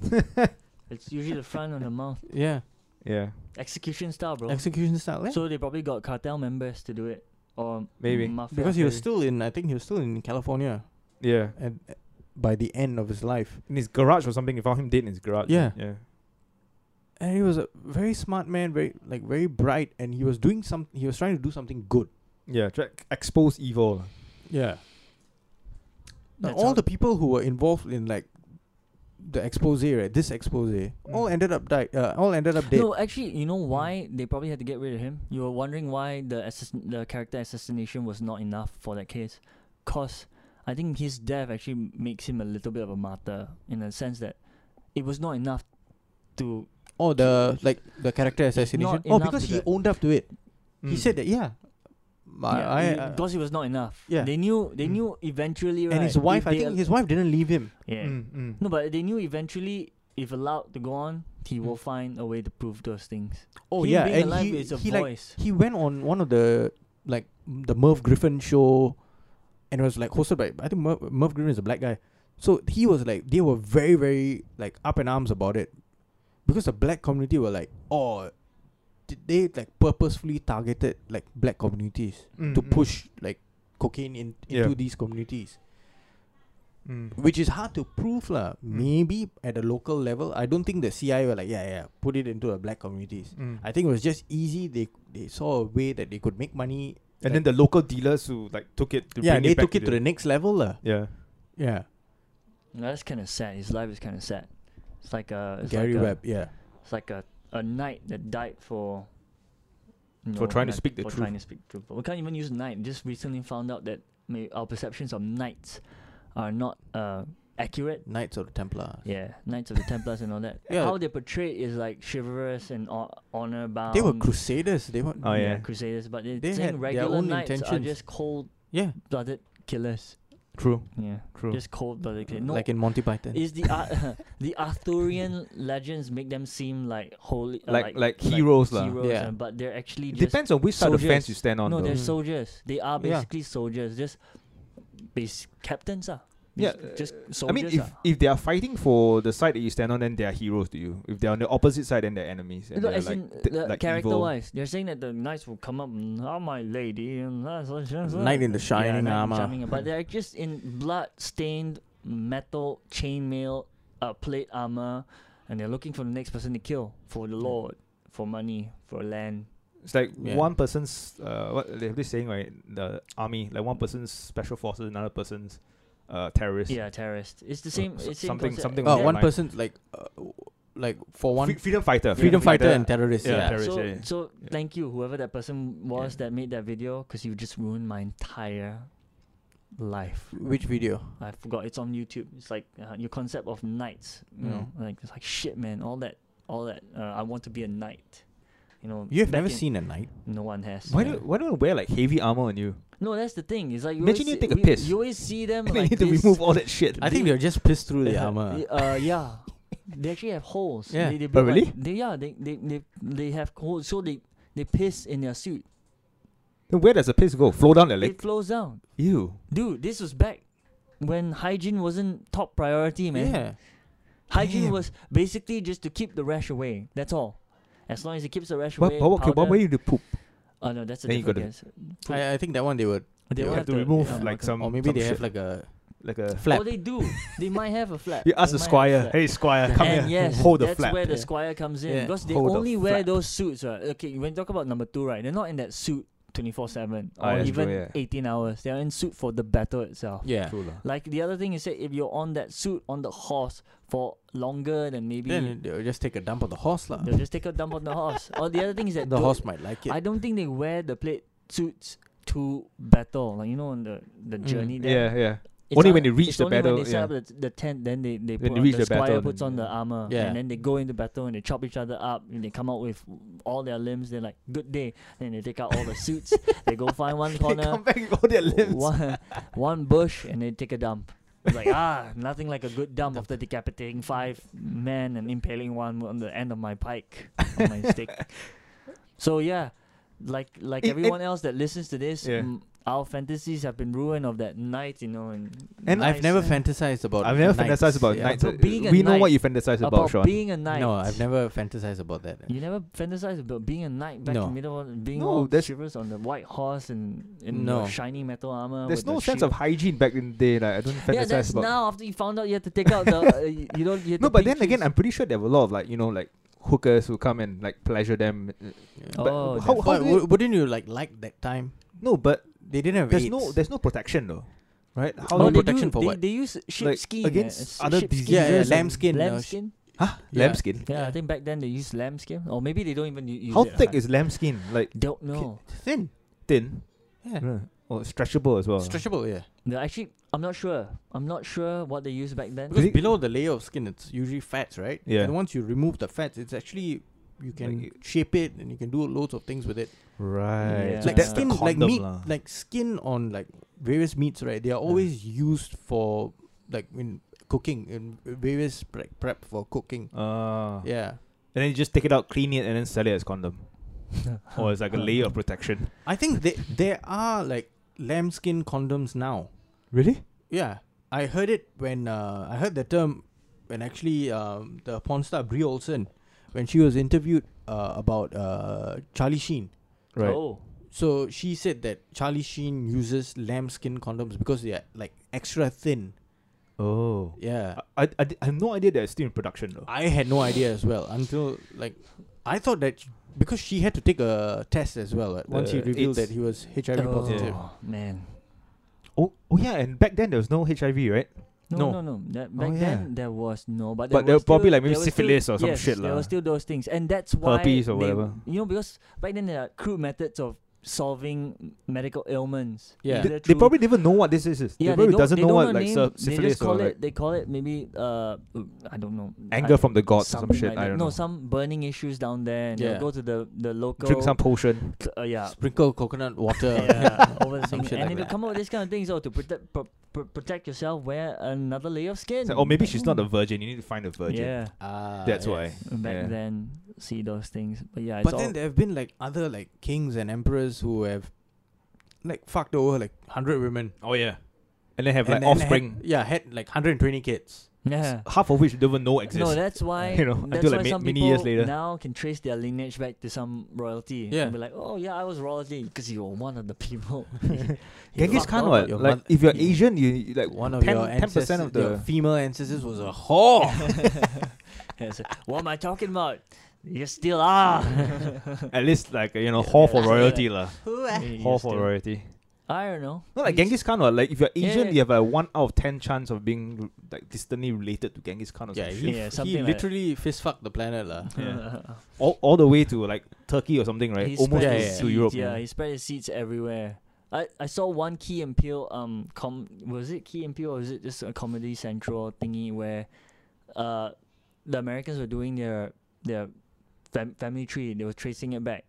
who? It's usually the front on the mouth. Yeah. yeah. Execution style, bro. Execution style. eh? so they probably got cartel members to do it. Or Maybe. mafia. because he was Maybe. still in, I think he was still in California Yeah. at by the end of his life, In his garage or something. You found him dead in his garage. Yeah. Yeah. and he was a very smart man, very like very bright, and he was doing some. He was trying to do something good. Yeah. Try expose evil. Yeah. Now, That's all how- the people who were involved in like the expose, right? This expose, all Mm. ended up died. Uh, all ended up dead. No, actually, you know why they probably had to get rid of him? You were wondering why the assassin- the character assassination was not enough for that case. Cause I think his death actually m- makes him a little bit of a martyr in the sense that it was not enough to Oh, the like the character assassination. Oh, enough because to he that. owned up to it. He Mm. said that, yeah, I, yeah, I, it- uh, because it was not enough. yeah. They knew they Mm. knew eventually right, and his if wife. I they think al- his wife didn't leave him. Yeah. Mm, mm. No, but they knew eventually if allowed to go on, he will Mm. find a way to prove those things. Oh Him yeah, being and alive he, is a he like voice. he went on one of the like m- the Merv Griffin show, and it was like hosted by I think Merv, Merv Griffin is a black guy, so he was like they were very very like up in arms about it, because the black community were like oh, did they like purposefully targeted like black communities Mm, to Mm-hmm. mm. push like cocaine in, Yeah. into these communities, Mm. which is hard to prove lah. Mm. Maybe at a local level, I don't think the CIA were like yeah yeah put it into the black communities. Mm. I think it was just easy. They they saw a way that they could make money. and then the local dealers who like took it. To yeah, bring it they back took it to the next level, lah. Yeah. Yeah, Now, that's kind of sad. His life is kind of sad. It's like a it's Gary like a- Webb. Yeah, It's like a, a knight that died for. For trying to not- speak the for truth. trying to speak truth. But we can't even use knight. Just recently found out that may our perceptions of knights are not uh, accurate. Knights of the Templar. Yeah, knights of the Templars and all that. Yeah. How they're portrayed is like chivalrous and o- honor bound. they were crusaders. They were. Oh, yeah. crusaders, but they're They had saying their regular own knights are intentions. just cold yeah. blooded killers. True. Yeah, True. just cold blooded Mm, killers. No, Like in Monty Python. is the Ar- the Arthurian legends make them seem like holy, uh, Like- like heroes lah. heroes, Yeah. uh, but they're actually It just depends on which side of the fence soldiers. you stand on. no, though. they're Mm. soldiers. They are Yeah. basically soldiers, just base captains. ah. Yeah, uh, just, just I mean, if soldiers. ah. if they are fighting for the side that you stand on, then they are heroes to you. If they are on the opposite side, then they're enemies. And No, they're as like, in, th- the like evil. character-wise, they're saying that the knights will come up, and oh my lady, and that's that's- that's- Knight in the yeah, shining knight in armor. shining armor, but they're just in blood-stained metal chainmail, uh, plate armor, and they're looking for the next person to kill for the lord, for money, for land. It's like Yeah. one person's uh, what they have this saying right? The army, like one person's special forces, another person's uh, terrorist. Yeah, terrorist. It's the same. so- it's same something- concept. something Uh, Yeah. one Like- person like, uh, like for one Fre- freedom fighter, freedom fighter and terrorist. yeah, Yeah. terrorist. so, yeah. so Yeah. thank you, whoever that person was that made that video, because you just ruined my entire life. Which video? I forgot. It's on YouTube. It's like uh, your concept of knights. You know, Mm. like it's like shit, man. All that, all that. Uh, I want to be a knight. You know, You have back never in- seen a knight. No one has. Why yeah. do why don't you wear like heavy armor on you? No, that's the thing. It's like you Imagine always you see- take a we- piss. You always see them And like they need to this. remove all that shit. I think they're just pissed through the Yeah, armor. y- Uh, yeah. They actually have holes. Yeah. They, they Oh, build really? Like, they yeah. They they they they have holes. So they they piss in their suit. Then where does the piss go? Flow down their It leg. flows down. Ew. Dude, this was back when hygiene wasn't top priority, man. Yeah. Hygiene Damn. was basically just to keep the rash away. That's all. As long as it keeps the rash What away. but what, okay, what powder- way you do poop? Oh no, that's a Then you gotta- different case. Poop. I, I think that one they would, They you will have, to the- remove yeah, like okay. some or maybe Um, some uh, they have shit, like a like a flap. Oh, they do. they might have a flap. You ask They the might have a squire, flap. hey squire, come and here, yes, hold the that's flap. where the Yeah. squire comes in Yeah, because they hold the only wear flap. those suits. Right? Okay, when you talk about number two, right? They're not in that suit twenty four seven Ah, or that's true, even yeah. eighteen hours. They're in suit for the battle itself. yeah. True lah. Like the other thing you said, if you're on that suit on the horse for longer than maybe Then they'll just take a dump on the horse lah. they'll just take a dump on the horse. Or the other thing is that The don't- horse might like it. I don't think they wear the plate suits to battle. Like you know, on the the Mm, journey there. Yeah, yeah. It's Only when they reach it's the only battle, When they yeah. set up the, the tent, then they they When put they on- reach the the battle, squire puts then- on the yeah. armor, Yeah. and then they go into battle and they chop each other up, and they come out with all their limbs. They're like, "Good day," then they take out all the suits. they go find one They come corner, back with all their limbs. one, one bush, and they take a dump. It's like ah, nothing like a good dump after decapitating five men and impaling one on the end of my pike, on my stick. So yeah, like like It- it- everyone else that listens to this, Yeah. mm, our fantasies have been ruined of that night, you know, and, And I've knights never and- fantasized about. I've never knights. fantasized about Yeah. knights. eh? About being a we know what knight. you fantasize about, about Sean. being a knight. No, I've never fantasized about that. You never fantasized about being a knight back No. in middle, of- being No, all that's- chivalrous on the white horse and in No. your shiny metal armor. There's with no the sense shield. of hygiene back in the day. Like I don't fantasize yeah. That's about. now after you found out you had to take out the uh, y- you don't. You had no, to but pin then again, trees. I'm pretty sure there were a lot of like you know like hookers who come and like pleasure them. Uh, but Oh, how, how But do w- you, wouldn't you like like that time? no, but They didn't have there's AIDS. no there's no protection though, right? How Oh, do oh, you they protection do, for they, what? They use sheep Like, skin against other diseases Yeah, yeah, and- lambskin, uh, Lamb sh- skin. huh? Yeah. Lambskin. Yeah, Yeah. I think back then they used lamb skin, or maybe they don't even u- use How it. thick is lambskin? Like Don't know. thin, thin yeah, uh, or stretchable as well. stretchable, yeah. No, actually, I'm not sure. I'm not sure what they used back then. Because Really? below the layer of skin, it's usually fats, right? Yeah. And once you remove the fats, it's actually you can Like- shape it and you can do loads of things with it. Right. Yeah. So Like that's skin, the like condom meat, lah. like skin on like various meats, right? They are always used for like in cooking in various pre- prep for cooking. Ah. Yeah. And then you just take it out, clean it, and then sell it as condom. or it's like a layer of protection. I think they, there are like lambskin condoms now. Really? Yeah, I heard it when uh, I heard the term when actually um, the porn star Brie Olsen, when she was interviewed uh, about uh, Charlie Sheen. Right. Oh, So she said that Charlie Sheen uses lambskin condoms because they are like extra thin. Oh. Yeah, I, I, I di- I have no idea that it's still in production though. I had no idea as well until like I thought that sh- because she had to take a test as well. Right? Once he The revealed AIDS- that he was HIV positive. Uh, Oh, man. Oh, oh yeah, and back then there was no HIV, right? No, No. no, no. That, back Oh, yeah. then there was no, but But there, there was were probably still- like maybe there was still- syphilis or some yes, shit There lah. were still those things, and that's why Herpes or they- whatever. You know, because back then there are crude methods of solving medical ailments. Yeah. either They, they through- probably didn't know what this is. is. yeah, they probably don't, doesn't they know don't what know like name, syp- They just syphilis or call it. like They call it maybe uh, I don't know. anger I- from the gods or some something shit. like I that. don't no, know. some burning issues down there, and they'll Yeah. go to the the local. Drink some potion. uh, yeah, Uh, Sprinkle coconut water. yeah, over the Some thing. shit and like then you that. come up with this kind of things, oh, to protect pro- pro- protect yourself, wear another layer of skin. It's like, oh, maybe she's not a virgin. You need to find a virgin. Mm. Yeah, Ah, That's yes. why. back Yeah. then, see those things. But yeah, it's but all then there have been like other like kings and emperors who have like fucked over like hundred women. Oh yeah. and then have and- like and had- offspring, yeah, had like 120 kids. Yeah. half of which they don't know exist. No, that's why You know, that's until, like, why ma- some many years people later. now can trace their lineage back to some royalty. Yeah. and be like, oh yeah, I was royalty because you were one of the people. Genghis Fuck Khan, off, what? your Like, mother- if you're yeah. Asian, you, you like One of 10, your 10% ancestors, of the your female ancestors was a whore. Yeah, so, what am I talking about? You still are. at least like you know whore for Yeah. royalty lah. You Whore for still- royalty. I don't know. Not like He's- Genghis Khan, what? Like if you're Yeah, Asian, yeah. you have a one out of ten chance of being r- like distantly related to Genghis Khan or yeah, some he, shit. Yeah, f- something he like- literally fist fucked the planet lah. Yeah. All, all the way to like Turkey or something, right? He Almost spread Yeah, his to seeds, Europe. Yeah, he spread his seeds everywhere. I, I saw one Key and Peele um com was it Key and Peele or was it just a Comedy Central thingy where, uh, the Americans were doing their their fam- family tree. They were tracing it back.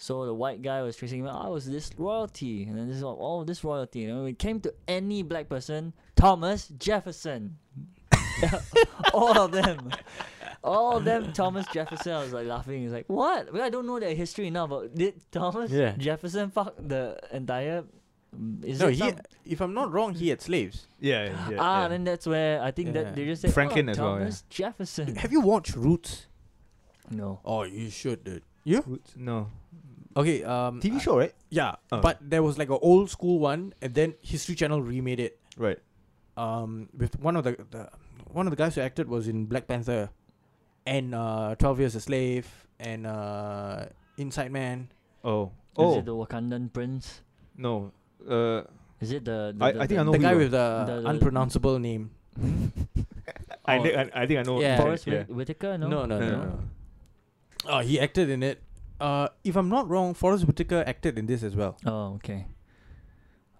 So the white guy was tracing. Back, oh, it was this royalty, and then this one, oh, this royalty. And when it came to any black person, Thomas Jefferson. all of them, all of them. Thomas Jefferson. I was like laughing. He's like, what? Well, I don't know their history enough. But did Thomas Yeah. Jefferson fuck the entire? mm, Is No, it he, some- if I'm not wrong, he had slaves. Yeah, yeah, yeah. ah, yeah. then that's where I think Yeah. that they just said Franklin oh, as well, yeah. Thomas Jefferson. Have you watched Roots? no. Mm. Oh, you should, dude. You? Roots? No. Okay, um, TV I- show, right? yeah, Oh. but there was like an old school one, and then History Channel remade it. Right. Um, with one of the, the one of the guys who acted was in Black Panther, and uh, Twelve Years a Slave, and uh, Inside Man. Oh. Is Oh it the Wakandan prince? no. Uh, Is it the? the I- the, I think the- I know the who guy you are. with the, The- the- unpronounceable name. I, Oh. thi- I I think I know. Yeah. Forrest yeah. Whit- Whitaker? No. No, no, No, no. no, no. Oh, he acted in it. Uh, if I'm not wrong, Forrest Whitaker acted in this as well. Oh, okay.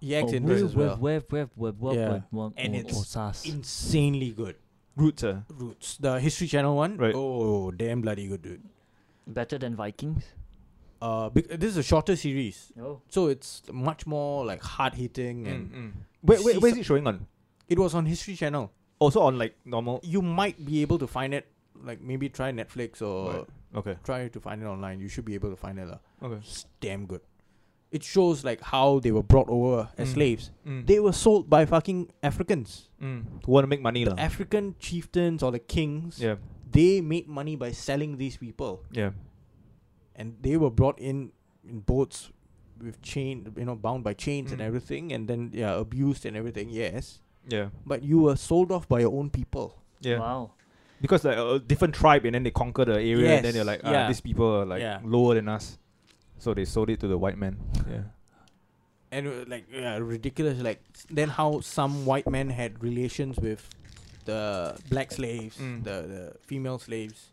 He acts oh, in this wave, as well. Wave, wave, wave, wave, Yeah. wave, wave, And oh, it's oh, sus. Insanely good. Roots. Uh. Roots, the History Channel one. Right. Oh, damn bloody good, dude. better than Vikings. Uh, bec- this is a shorter series, Oh, so it's much more like hard hitting, and Mm, mm. Wait, see wait, where is some- it showing on? it was on History Channel. Also on like normal. E, You might be able to find it, like maybe try Netflix or Right. Okay. try to find it online. You should be able to find it. lah. Okay. It's damn good. It shows like how they were brought over as Mm. slaves. Mm. They were sold by fucking Africans, mm. Who want to make money lah? African chieftains or the kings. Yeah. They made money by selling these people. Yeah. and they were brought in in boats with chain you know bound by chains and Mm. everything and then yeah abused and everything yes Yeah. but you were sold off by your own people Yeah. wow. Because like a different tribe, and then they conquer the area, and then Yes, they're like, ah, yeah. these people are like Yeah. lower than us, so they sold it to the white man. Yeah. and it was, like yeah, ridiculous like then how some white men had relations with the black slaves Mm. the, the female slaves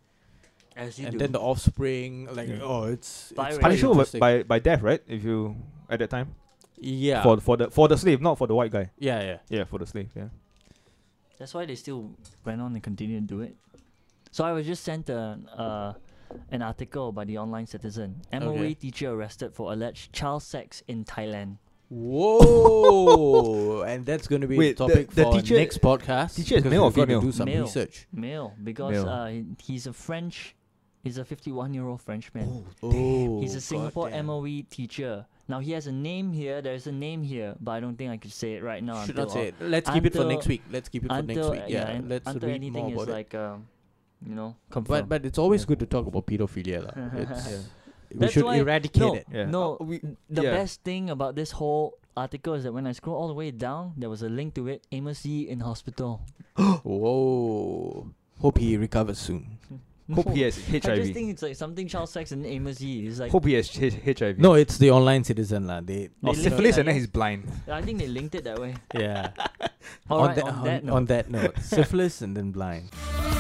As you and do. then the offspring like Yeah. oh it's, it's Pirate. quite Punishable interesting. by, by death, right? If you at that time yeah for for the for the slave, not for the white guy. yeah yeah Yeah, for the slave. Yeah. That's why they still went on and continued to do it. So I was just sent an uh, an article by the Online Citizen. MOE Okay. teacher arrested for alleged child sex in Thailand. whoa and that's going to be Wait, a topic the- the for teacher- next podcast teacher is because male or we've got to female? do some Male. research Male, because Male. Uh, he, he's a French, he's a 51 year old Frenchman. Oh, He's a Singapore goddamn. MOE teacher. Now he has a name here. There's a name here, but I don't think I could say it right now. Should until not say all- it. Let's keep it for next until- week. Let's keep it for next Until week. Yeah, and let's until read anything more is about it. like um, you know, But confirmed. but it's always good to talk about pedophilia. lah. It's, We That's should why- eradicate no, it. Yeah. No, Uh, we- the yeah. best thing about this whole article is that when I scroll all the way down, there was a link to it. Amos Yee in hospital. Whoa. Hope he recovers soon. Hope he has I just HIV. think it's like something child sex and Amos Yee. It's like Hope he has H- HIV. No, it's the online citizen lah. They They Or linked it Oh, syphilis, like and then that. he's blind. I think they linked it that way. yeah. All on, right, that, on that note. on that note, syphilis and then blind.